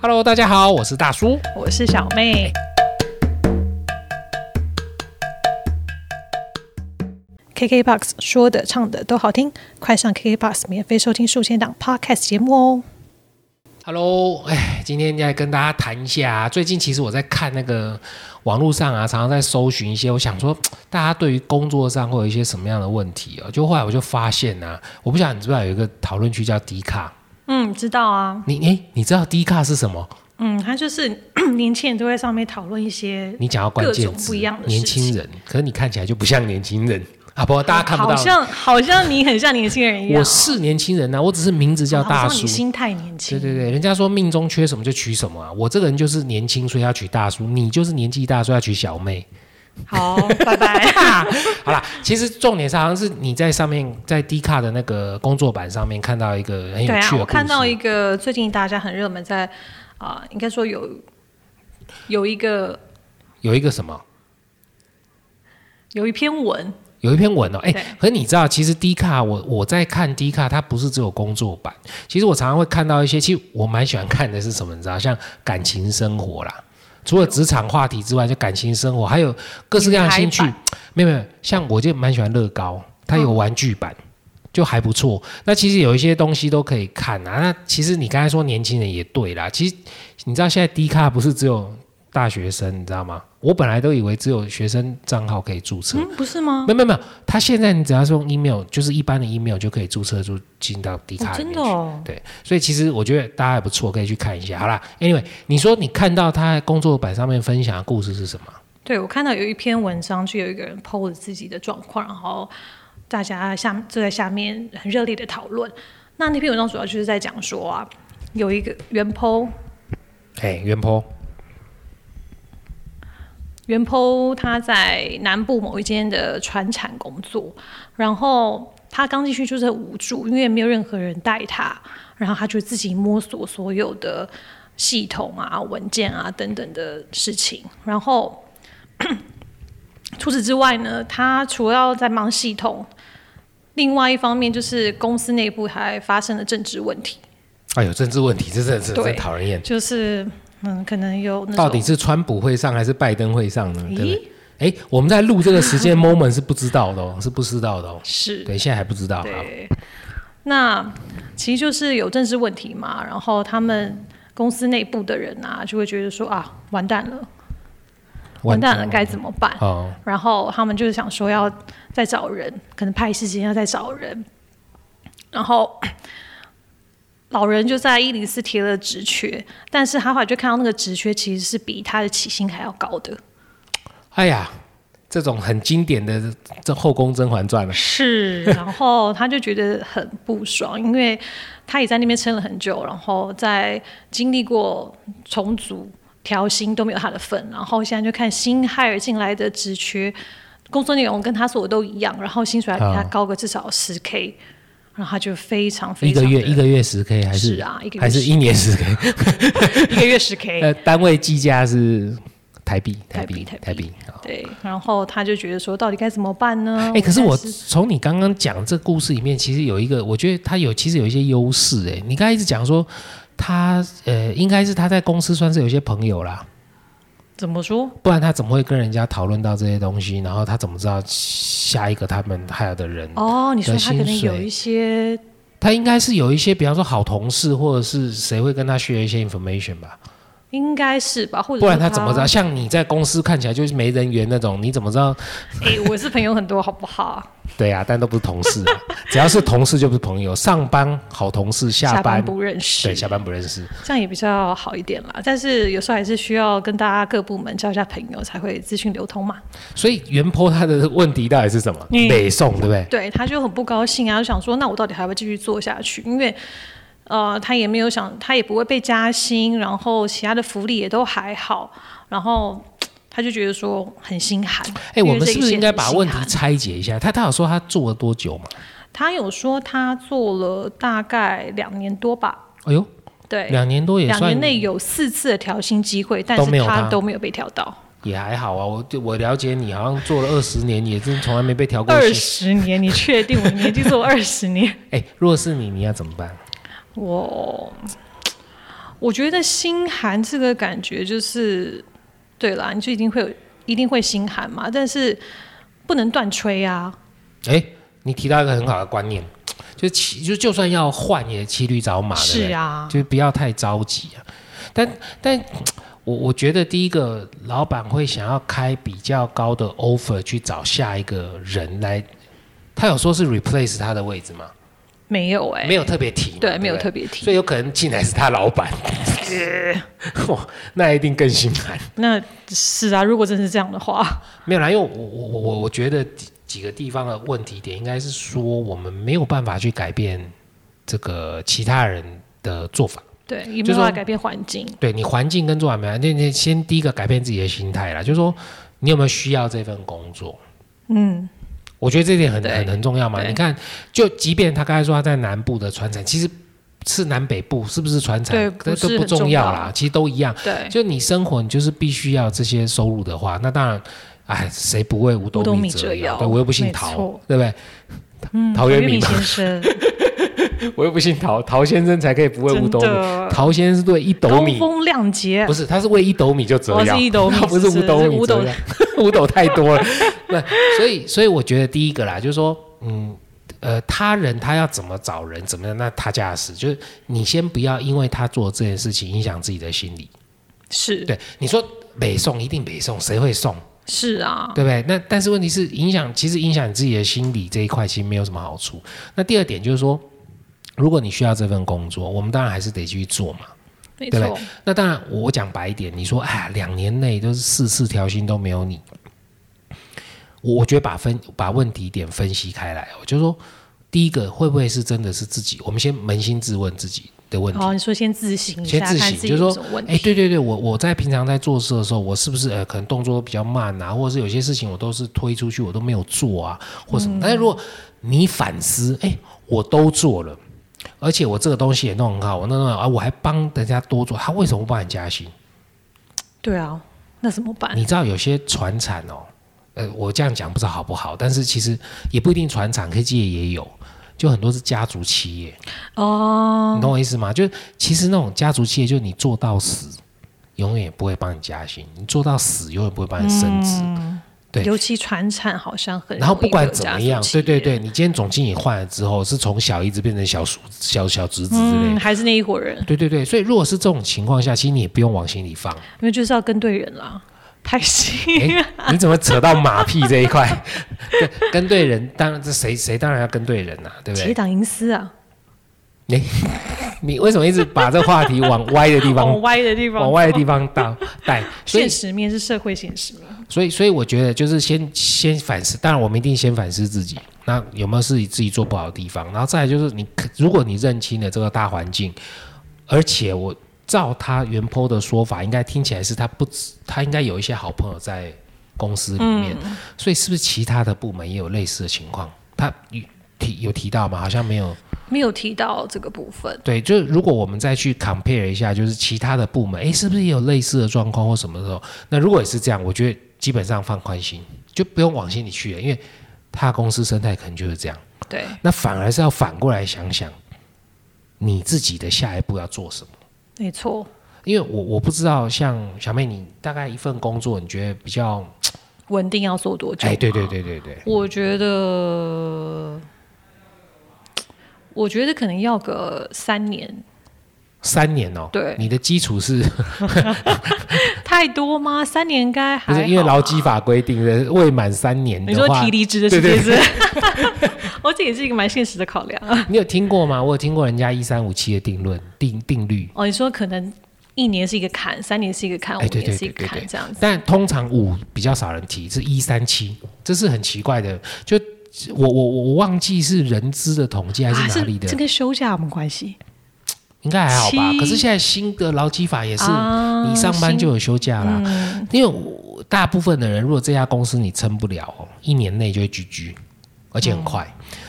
Hello，大家好，我是大叔。我是小妹。KKBOX 说的唱的都好听，快上 KKBOX 免费收听数千档 Podcast 节目哦。 Hello，哎，今天来跟大家谈一下、啊，最近其实我在看那个网络上啊，常常在搜寻一些，我想说大家对于工作上会有一些什么样的问题啊？就后来我就发现啊，我不晓得你知不知道有一个讨论区叫迪卡，嗯，知道啊，你哎，你知道迪卡是什么？嗯，他就是 年轻人都在上面讨论一些你讲到关键各种字，不一样的事情年轻人，可是你看起来就不像年轻人啊，不，大家看不好到。像好像你很像年轻人一样。哦我是年轻人呐、啊我只是名字叫好像大你叔。心态年轻。对对对，人家说命中缺什么就娶什么啊！我这个人就是年轻，所以要娶大叔；你就是年纪大，所以要娶小 妹。好，拜 拜。哎好啦，其实重点是好像是你在上面在 D 卡的那个工作板上面看到一个很有趣对的故啊，事。我看到一个最近大家很热门在，啊、应该说有有一个有一个什么，有一篇文，有一篇文哦，哎、对可是你知道，其实 D 卡我我在看 D 卡，它不是只有工作版，其实我常常会看到一些，其实我蛮喜欢看的是什么，你知道，像感情生活啦。除了职场话题之外，就感情生活，还有各式各样的兴趣女孩。没有没有，像我就蛮喜欢乐高，它有玩具版，就还不错。那其实有一些东西都可以看啊。那其实你刚才说年轻人也对啦，其实你知道现在 D 卡不是只有大学生，你知道吗？我本来都以为只有学生账号可以注册，嗯，不是吗？没有没有没有，他现在你只要是用 email，就是一般的 email 就可以注册就进到迪哦卡、里真面的去。哦，所以其实我觉得大家还不错，可以去看一下。好啦，Anyway，你说你看到他在工作板上面分享的故事是什么？对我看到有一篇文章，就有一个人 PO 了自己的状况，然后大家下就在下面很热烈的讨论。那那篇文章主要就是在讲说啊，有一个原 PO 哎，袁坡，袁剖他在南部某一间的船产工作，然后他刚进去就是很无助，因为没有任何人带他，然后他就自己摸索所有的系统啊、文件啊等等的事情。然后 除此之外呢，他除了要在忙系统，另外一方面就是公司内部还发生了政治问题，哎呦，政治问题，这真的是对真讨人厌。就是嗯，可能有那种到底是川普会上还是拜登会上呢？对不咦对？哎，我们在录这个时间 moment 是不知道的哦，是不知道的哦。是对，现在还不知道。好对，那其实就是有政治问题嘛，然后他们公司内部的人啊，就会觉得说啊，完蛋了，完蛋了，该怎么办？哦，然后他们就是想说要再找人，可能拍戏之前要再找人，然后 老人就在一零四提了职缺，但是他后来就看到那个职缺其实是比他的起薪还要高的，哎呀，这种很经典的这《后宫甄嬛传》了。啊是，然后他就觉得很不爽，因为他也在那边撑了很久，然后在经历过重组、调薪都没有他的份，然后现在就看新海尔进来的职缺，工作内容跟他所有都一样，然后薪水还比他啊高个至少十 K，然后他就非常非一常个月地一个月十 K 还是啊一个月还是一年十哎 K？一个月十 K， 呃，单位计价是台币，币，哦台币台币。好对，然后他就觉得说到底该怎么办呢？哎、可是我但从你刚刚讲这故事里面，其实有一个，我觉得他有其实有一些优势。哎，你刚才一直讲说他呃，应该是他在公司算是有一些朋友啦，怎么说？不然他怎么会跟人家讨论到这些东西？然后他怎么知道下一个他们还有的人？哦，你说的他可能薪水有一些他应该是有一些，比方说好同事，或者是谁会跟他 share 一些 information 吧。应该是吧，或者不然是他怎么知道？像你在公司看起来就是没人缘那种，你怎么知道？ 哎、我是朋友很多，好不好？对啊，但都不是同事、 啊，只要是同事就不是朋友。上班好同事，下班不认识，对下班不认识。这样也比较好一点啦。但是有时候还是需要跟大家各部门交一下朋友，才会资讯流通嘛。所以袁坡他的问题到底是什么？嗯北宋对不对？对，他就很不高兴啊，就想说，那我到底还会继续做下去？因为呃，他也没有想，他也不会被加薪，然后其他的福利也都还好，然后。他就觉得说很心寒，哎，因为我们这是不一是切应该很把心啊问题寒拆解一下？他他有说他做了多久嘛？他有说他做了大概两年多吧，哎呦，对，两年多也两算年内有四次的调薪机会，但都没是有他他都没有被调 到。也还好啊。我我了解你，好像做了二十年，也真从来没被调过二薪。十年，你确定我年纪 做二十年？哎，如果是你，你要怎么办？我我觉得心寒这个感觉就是，对啦，你就一定会有，一定会心寒嘛，但是不能断吹啊。哎，你提到一个很好的观念，就骑就就算要换，也骑驴找马，对不是对啊，就是不要太着急啊。但但我我觉得第一个老板会想要开比较高的 offer 去找下一个人来，他有说是 replace 他的位置吗？没有哎、没有特别提嘛，对，没有不特别提所。以有可能进来是他老板， 哇，那一定更心寒。那是啊，如果真是这样的话，没有啦，因为我我我我我觉得几几个地方的问题点应该是说，我们没有办法去改变这个其他人的做法。对，也就没是有说办法改变环境。对你环境跟做法没关系，那那先第一个改变自己的心态啦，就是说你有没有需要这份工作？嗯，我觉得这点很对很很重要嘛。对你看，就即便他刚才说他在南部的船产，其实是南北部是不是船产对都不是都不很重重要要啦，其实都一样。对，就你生活，你就是必须要这些收入的话，那当然，哎，谁不为五斗五斗米米折腰？腰对我又不姓没陶错，对不对？嗯陶渊明明嘛先生， 我又不姓陶，陶先生才可以不为五真斗米。的陶先生是对一斗高米，风亮节不，是，他是为一斗米就折我腰哦是，一斗 米他，不是五斗是米五折斗腰， 五斗太多了。 那所以，所以我觉得第一个啦，就是说，嗯。呃，他人他要怎么找人，怎么样，那他家的事。就是你先不要因为他做这件事情影响自己的心理。是对，你说北宋一定北宋，谁会送？是啊，对不对？那但是问题是，影响其实影响你自己的心理这一块，其实没有什么好处。那第二点就是说，如果你需要这份工作，我们当然还是得去做嘛。没对错，那当然，我讲白一点，你说哎呀，两年内都是四次调薪都没有你，我我觉得把分把问题点分析开来哦，我就说第一个会不会是真的是自己？我们先扪心自问自己的问题。哦，你说先自省一先下，自看省自己就是说有什么问哎，题。对对对，我我在平常在做事的时候，我是不是呃可能动作比较慢啊，或者是有些事情我都是推出去，我都没有做啊，或嗯什么？但是如果你反思，哎，我都做了，而且我这个东西也弄很好，我弄得很好啊，我还帮人家多做，他为什么不帮你加薪？对啊，那怎么办？你知道有些船产哦，呃，我这样讲不知道好不好，但是其实也不一定船产，科技业也有。就很多是家族企业，哦你，懂我意思吗？就是其实那种家族企业，就是你做到死，永远也不会帮你加薪；你做到死，永远不会帮你升职。嗯对尤其传产好像很容易然后不管有怎家么族样，企对对业，对，你今天总经理换了之后，是从小姨子变成小叔、小小侄子之类嗯，的。还是那一伙人，对对对，所以如果是这种情况下，其实你也不用往心里放。啊因为就是要跟 对人啦，拍戏。哎， 你怎么扯到马屁这一块？对， 跟对人，当然这谁谁当然要跟对人呐、对不结对？党营私啊，你为什么一直把这话题往歪的地往方、歪的地 方，往歪的地方 带带？所以现实面是社会现实面，所以，所以我觉得就是先先反思，当然我们一定先反思自己，那有没有自己自己做不好的地方，然后再来就是你，如果你认清了这个大环境，而且我照他原 PO 的说法，应该听起来是他不止，他应该有一些好朋友在公司里面，所以是不是其他的部门也有类似的情况？他有提有提到吗？好像没有。没有提到这个部分。对，就是如果我们再去 compare 一下，就是其他的部门，诶，是不是也有类似的状况或什么时候？那如果也是这样，我觉得基本上放宽心，就不用往心里去了，因为他公司生态可能就是这样。对，那反而是要反过来想想，你自己的下一步要做什么？没错，因为我我不知道，像小妹，你大概一份工作，你觉得比较，稳定要做多久？哎，对对，对对对，我觉得，我觉得可能要个三年，三年哦，对你的基础是太多吗？三年应该不还是因为好吧劳基？法规定的未满三年你的说话提，离职的对是对不是？ 我这也是一个蛮现实的考量。你有听过吗？我有听过人家一三五七的定论定定律，哦，你说可能一年是一个坎，三年是一个坎，五哎对年对是一个对对坎，这样子。但通常五比较少人提，是一三七，这是很奇怪的。就我我我我忘记是人资的统计还啊是哪里的，这跟休假有没有关系？应该还好吧？七可是现在新的劳基法也是，啊嗯你上班新就有休假啦。因为我大部分的人，如果这家公司你撑不了哦，一年内就会 GG，而且很快。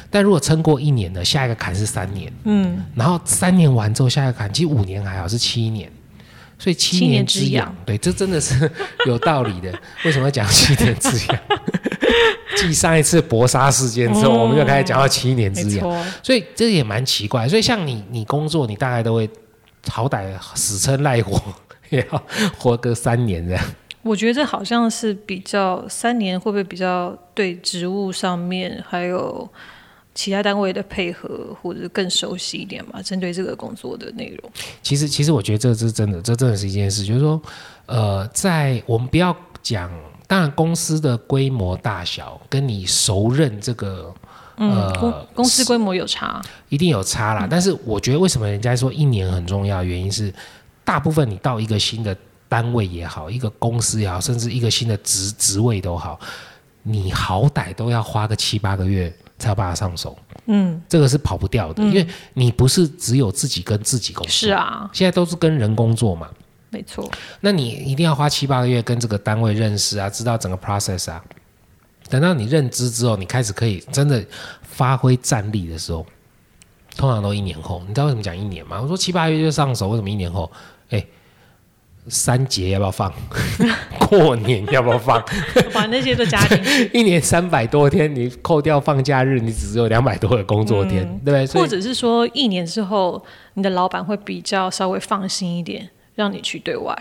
但如果撑过一年呢，下一个坎是三年。嗯，然后三年完之后，下一个坎其实五年还好，是七年，所以七七年之之痒，痒对，这真的是有道理 的。为什么要讲七年之痒？继上一次搏杀事件之后，嗯我们就开始讲到七年没之痒，错，所以这也蛮奇怪。所以像你，你工作，你大概都会好歹死撑赖活也要活个三年这样。我觉得这好像是比较三年会不会比较对职务上面还有其他单位的配合或者更熟悉一点嘛？针对这个工作的内容，其实，其实我觉得这是真的，这真的是一件事，就是说，呃，在我们不要讲，当然公司的规模大小跟你熟认这个嗯，呃公公司规模有差，一定有差啦。但是我觉得为什么人家说一年很重要，原因是大部分你到一个新的单位也好，一个公司也好，甚至一个新的职职位都好，你好歹都要花个七八个月才有办法上手，嗯，这个是跑不掉的，因为你不是只有自己跟自己工作，是啊，现在都是跟人工作嘛。没错，那你一定要花七八个月跟这个单位认识啊，知道整个 process 啊。等到你认知之后，你开始可以真的发挥战力的时候，通常都一年后。你知道为什么讲一年吗？我说七八月就上手，为什么一年后？哎，三节要不要放？ 过年要不要放？把那些都加进去，一年三百多天，你扣掉放假日，你只有两百多个工作天，对不对？所或以者是说一年之后，你的老板会比较稍微放心一点，让你去对外。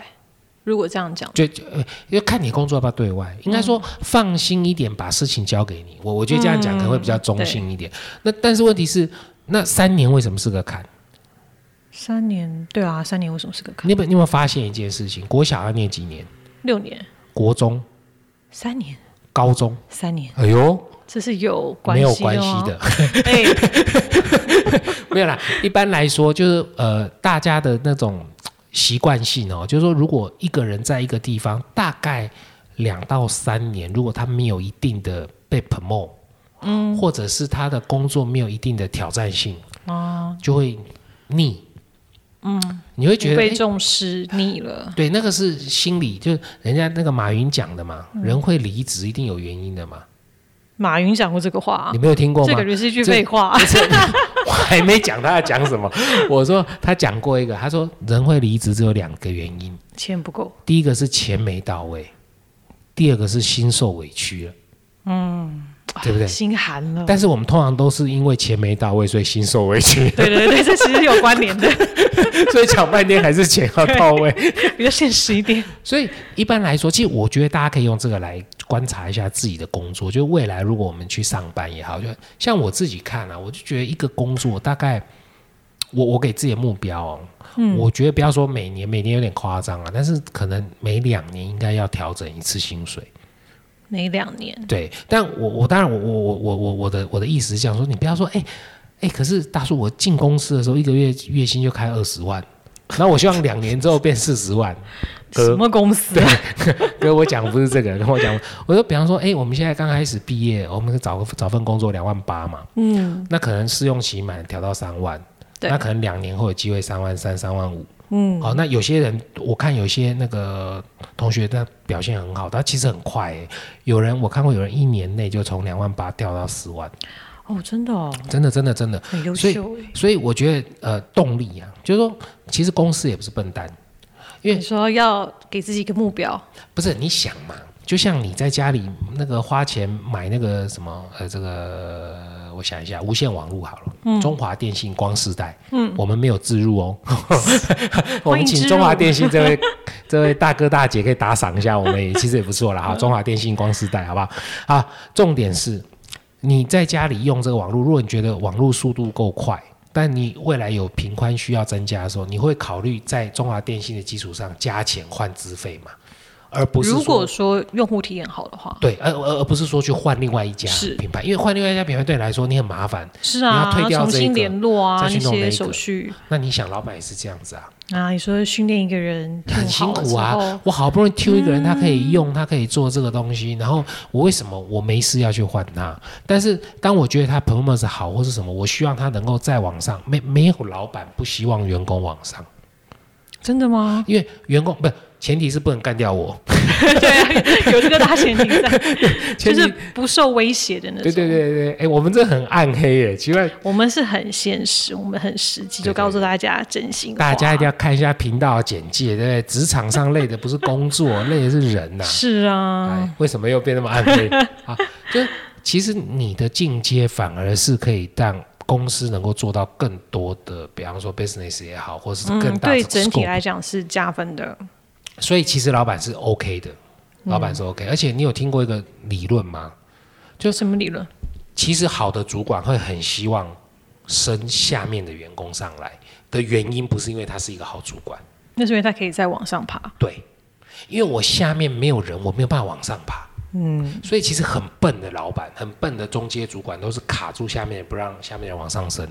如果这样讲，就就呃要看你工作要不要对外，应该说放心一点，把事情交给你。我我觉得这样讲可能会比较中性一点。那但是问题是，那三年为什么是个坎？三年，对啊，三年为什么是个坎？你有没有你有没有发现一件事情？国小要念几年？六年、国中、三年、高中？三年，哎呦，这是有关没系、哦、有关系的。哎、 没有啦，一般来说就是呃，大家的那种习惯性哦，就是说，如果一个人在一个地方大概两到三年，如果他没有一定的被 promote，嗯，或者是他的工作没有一定的挑战性，哦，就会腻，嗯，你会觉不得被诶重视腻了，对，那个是心理，就是人家那个马云讲的嘛，人会离职一定有原因的嘛，马云讲过这个话、你没有听过这吗？感觉是一句废话。我还没讲他要讲什么。我说他讲过一个，他说人会离职只有两个原因，钱不够，第一个是钱没到位，第二个是心受委屈了，对不对心寒了。但是我们通常都是因为钱没到位，所以心受委屈， 对对对，这其实有关 联的，所以讲半天还是钱要到位。比较现实一点。所以一般来说，其实我觉得大家可以用这个来观察一下自己的工作。就是未来如果我们去上班也好，就像我自己看啊，我就觉得一个工作大概，我我给自己的目标、哦，我觉得不要说每年，每年有点夸张啊，但是可能每两年应该要调整一次薪水。每两年，对，但我我当然我我我我我我的我的意思是这样说，你不要说哎哎，可是大叔，我进公司的时候一个月月薪就开二十万，然后我希望两年之后变四十万，哥什么公司啊？跟我讲不是这个，跟我讲，我说比方说，哎、我们现在刚开始毕业，我们找个找份工作两万八嘛，嗯那可能试用期满调到三万，对那可能两年后有机会三万三、三万五。嗯，好、那有些人我看有些那个同学他表现很好，他其实很快、欸，有人我看过有人一年内就从两万八掉到四万，哦，真的哦，真的真的真的。很优所以秀哎。所以我觉得呃动力啊，就是说其实公司也不是笨蛋，因为你说要给自己一个目标，不是你想嘛？就像你在家里那个花钱买那个什么呃，这个我想一下，无线网络好了，中华电信光世代，嗯，我们没有置入哦，我们请中华电信这位这位大哥大姐可以打赏一下，我们也其实也不错啦哈，中华电信光世代好不好？啊，重点是你在家里用这个网络，如果你觉得网络速度够快。但你未来有频宽需要增加的时候，你会考虑在中华电信的基础上加钱换资费嘛？而不是如说果说用户体验好的话，对，而而而不是说去换另外一家是品牌，因为换另外一家品牌对你来说你很麻烦。是啊，你要退掉重这一个新联络啊，再去那弄那一些个手续那你想，老板也是这样子啊，啊，你说训练一个人很辛苦用好了之啊后。嗯我好不容易挑一个人，他可以用，他可以做这个东西，然后我为什么我没事要去换他？但是当我觉得他 performance 好或是什么，我希望他能够再往上。没没有老板不希望员工往上，？真的吗 因为员工不是前提是不能干掉我，对啊，有这个大前提在， 前提就是不受威胁的那种。对对对对，哎、我们这很暗黑耶，奇怪，我们是很现实，我们很实际，对对就告诉大家真心话。大家一定要看一下频道的简介，对不对？职场上累的不是工作，累的是人 呐、是啊，哎，为什么 又变那么暗黑啊？就其实你的进阶反而是可以让公司能够做到更多的，比方说 business 也好，或是更嗯，大的对 scope、整体来讲是加分的。所以其实老板是 OK 的，嗯老板是 OK、而且你有听过一个理论吗？就什么理论？其实好的主管会很希望升下面的员工上来的原因，不是因为他是一个好主管，那是因为他可以再往上爬。对，因为我下面没有人，我没有办法往上爬。嗯，所以其实很笨的老板，很笨的中阶主管，都是卡住下面，不让下面人往上升。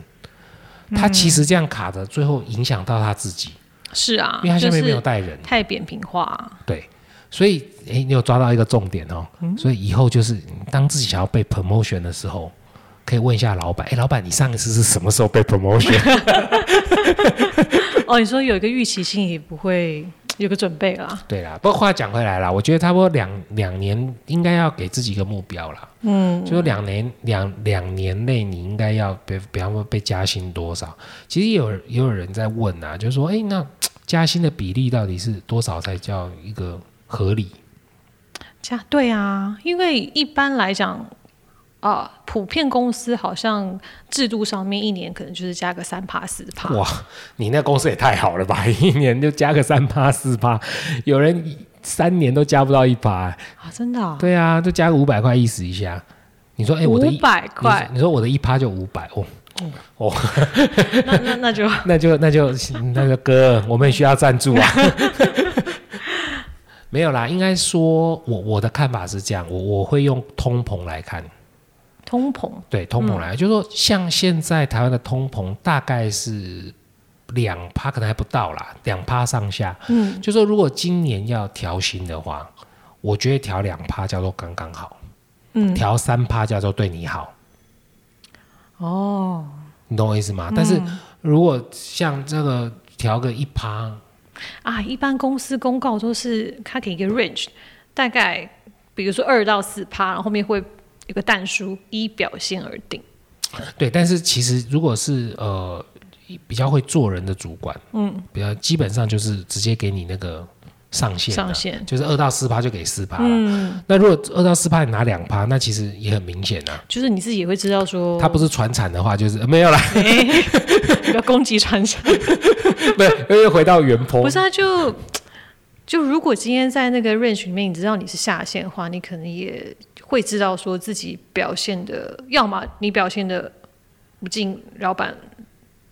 嗯他其实这样卡着，最后影响到他自己，是啊，因为他下就面是没有带人。太扁平化啊、对，所以诶，你有抓到一个重点哦。所以以后就是嗯当自己想要被 promotion 的时候，可以问一下老板，诶，老板，你上一次是什么时候被 promotion？哦，你说有一个预期性，也不会有个准备啦。对啦，不过话讲回来啦，我觉得差不多两两年应该要给自己一个目标啦。嗯，就是两年两两年内你应该要比比方说被加薪多少？其实也有也有人在问啊，就是说，诶，那加薪的比例到底是多少才叫一个合理？加对啊，因为一般来讲，啊，普遍公司好像制度上面一年可能就是加个三趴四趴。哇，你那公司也太好了吧！ 一年就加个三趴四趴，有人一三年都加不到一趴、啊，真的、啊，对啊，就加个五百块意思一下。你说，哎、我的五一百块，你，你说我的一趴就五百哦，那那那就 那就那就那个哥，我们也需要赞助啊。没有啦，应该说我我的看法是这样，我我会用通膨来看，通膨对通膨来看，就是说像现在台湾的通膨大概是两趴，可能还不到啦，两趴上下。嗯，就说如果今年要调薪的话，我觉得调两趴叫做刚刚好，嗯，调三趴叫做对你好，哦。你懂我意思吗？但是如果像这个调个一趴，啊，一般公司公告都是它给一个 range，大概比如说二到四趴，然后后面会有个淡书，依表现而定。对，但是其实如果是呃比较会做人的主管，嗯，比较基本上就是直接给你那个上限、啊，上限嗯就是二到四趴就给四趴了。那如果二到四趴你拿两趴，那其实也很明显啊。就是你自己也会知道说，它不是传产的话，就是、呃没有啦， 不要攻击传销，不是又回到原坡不。是啊，就就如果今天在那个 range 里面，你知道你是下线的话，你可能也会知道说自己表现的，要么你表现的不尽老板。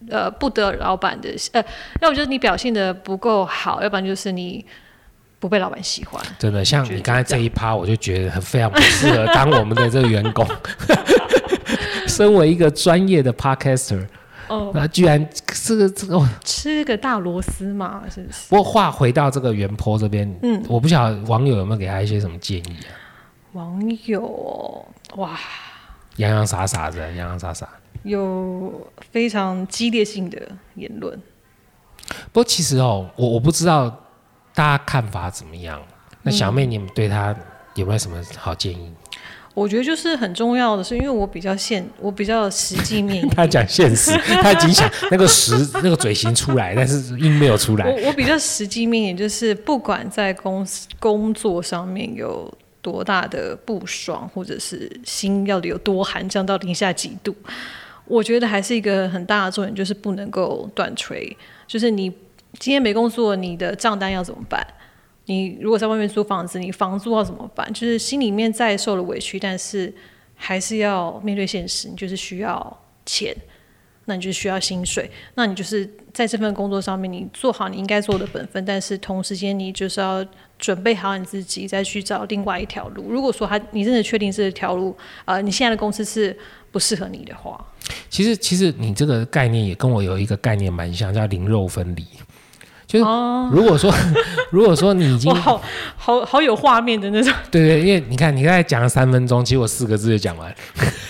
呃，不得老板的呃，要不就是你表现的不够好，要不然就是你不被老板喜欢。真的，像觉得你刚才这一趴，我就觉得很非常不适合当我们的这个员工。 身为一个专业的 podcaster，哦，那居然这个这个哦哇吃个大螺丝嘛，是不是？不过话回到这个袁坡这边，嗯，我不晓得网友有没有给他一些什么建议啊？网友哦哇，洋洋洒洒的，洋洋洒洒。有非常激烈性的言论，不过其实哦，我我不知道大家看法怎么样。那小妹，你们对他有没有什么好建议？我觉得就是很重要的是，因为我比较现，我比较实际面一点，他讲现实，他已经想那个实那个嘴型出来，但是音没有出来。我我比较实际面一点，就是不管在公司工作上面有多大的不爽，或者是心要底有多寒，降到零下几度，我觉得还是一个很大的重点，就是不能够断锤，就是你今天没工作，你的账单要怎么办？你如果在外面租房子，你房租要怎么办？就是心里面再受了委屈，但是还是要面对现实，你就是需要钱，那你就需要薪水，那你就是在这份工作上面，你做好你应该做的本分，但是同时间你就是要准备好你自己，再去找另外一条路。如果说他你真的确定这条路，呃，你现在的公司是不适合你的话，其实其实你这个概念也跟我有一个概念蛮像，叫零肉分离。就是如果说、 如果说你已 经哇，好好好有画面的那种。对对，因为你看你刚才讲了三分钟，其实我四个字就讲完。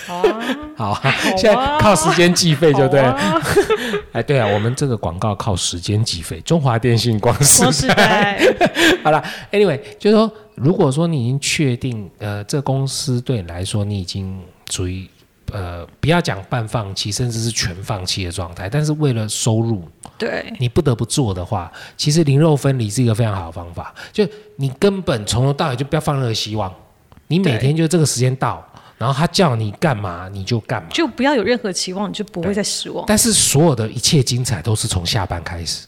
好啊， 好，现在靠时间计费就对了。 哎，对啊，我们这个广告靠时间计费，中华电信光是光。是在 好了，anyway，就是说，如果说你已经确定，呃，这公司对你来说，你已经属于呃，不要讲半放弃，甚至是全放弃的状态，但是为了收入，对你不得不做的话，其实零肉分离是一个非常好的方法。就你根本从头到尾就不要放任何希望，你每对天就这个时间到，然后他叫你干嘛你就干嘛。就不要有任何期望，你就不会再失望。但是所有的一切精彩都是从下班开始。哦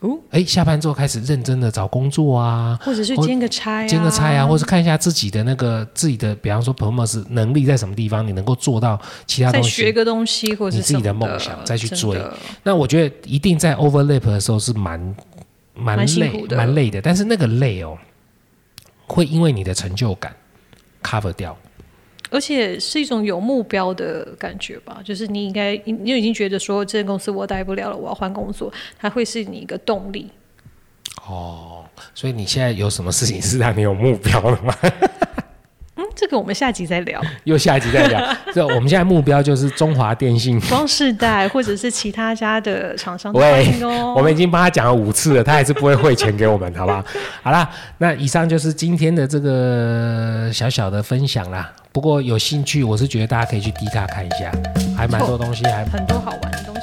哦，哎，下班之后开始认真的找工作啊，或者是或兼个差、啊，兼个差啊，或是看一下自己的那个自己的，比方说 performance 能力在什么地方，你能够做到其他再东学西。个东西，或者是你自己什的么梦想再去真追的那我觉得一定在 overlap 的时候是蛮蛮蛮辛累苦的蛮累的，但是那个累哦，会因为你的成就感 cover 掉。而且是一种有目标的感觉吧，就是你应该你你已经觉得说这个公司我待不了了，我要换工作，它会是你一个动力。所以你现在有什么事情是让你有目标的吗？嗯，这个我们下集再聊， 又下一集再聊。这我们现在目标就是中华电信光世代或者是其他家的厂商都欢喂迎哦。我们已经帮他讲了五次了，他还是不会汇钱给我们，好不 好？好啦，那以上就是今天的这个小小的分享啦。不过有兴趣，我是觉得大家可以去 D 卡看一下，还蛮多东西，还很多好玩的东西。